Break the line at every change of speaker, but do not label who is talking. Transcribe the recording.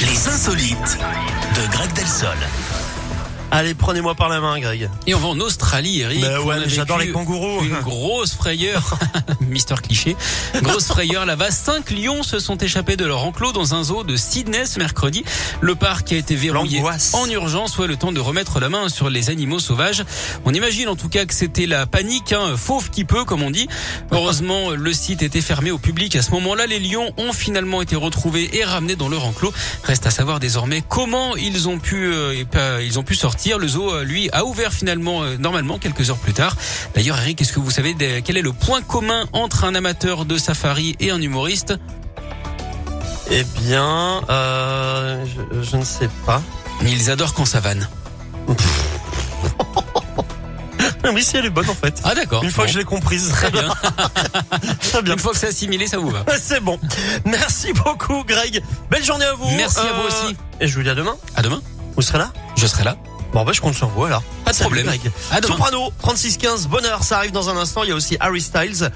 Les insolites de Greg Delsol.
Allez, prenez-moi par la main, Greg.
Et on va en Australie, Eric.
Bah
où
ouais,
on a
mais j'adore
vécu
les kangourous.
Une grosse frayeur. Mister cliché. Grosse frayeur là-bas. Cinq lions se sont échappés de leur enclos dans un zoo de Sydney ce mercredi. Le parc a été verrouillé
L'angoisse.
en urgence, soit le temps de remettre la main sur les animaux sauvages. On imagine en tout cas que c'était la panique, hein, fauve qui peut, comme on dit. Heureusement, le site était fermé au public. À ce moment-là, les lions ont finalement été retrouvés et ramenés dans leur enclos. Reste à savoir désormais comment ils ont pu, euh, et pas- ils ont pu sortir. Le zoo, euh, lui, a ouvert finalement euh, normalement quelques heures plus tard. D'ailleurs, Eric, est-ce que vous savez des- quel est le point commun entre un amateur de safari et un humoriste
Eh bien, euh, je, je ne sais pas.
Ils adorent quand ça vanne.
Ah oui, si elle est bonne en fait.
Ah d'accord.
Une fois
Bon.
que je l'ai comprise. Très
bien.
Très bien. Euh,
Une fois que c'est assimilé, ça vous va.
C'est bon. Merci beaucoup, Greg. Belle journée à vous. Euh,
Merci à vous aussi.
Et je vous dis à demain.
À demain.
Vous serez là
Je serai là.
Bon, bah, je compte sur vous alors.
Pas de
Salut,
problème.
Greg.
À demain.
Soprano, 36-15, bonheur, ça arrive dans un instant. Il y a aussi Harry Styles.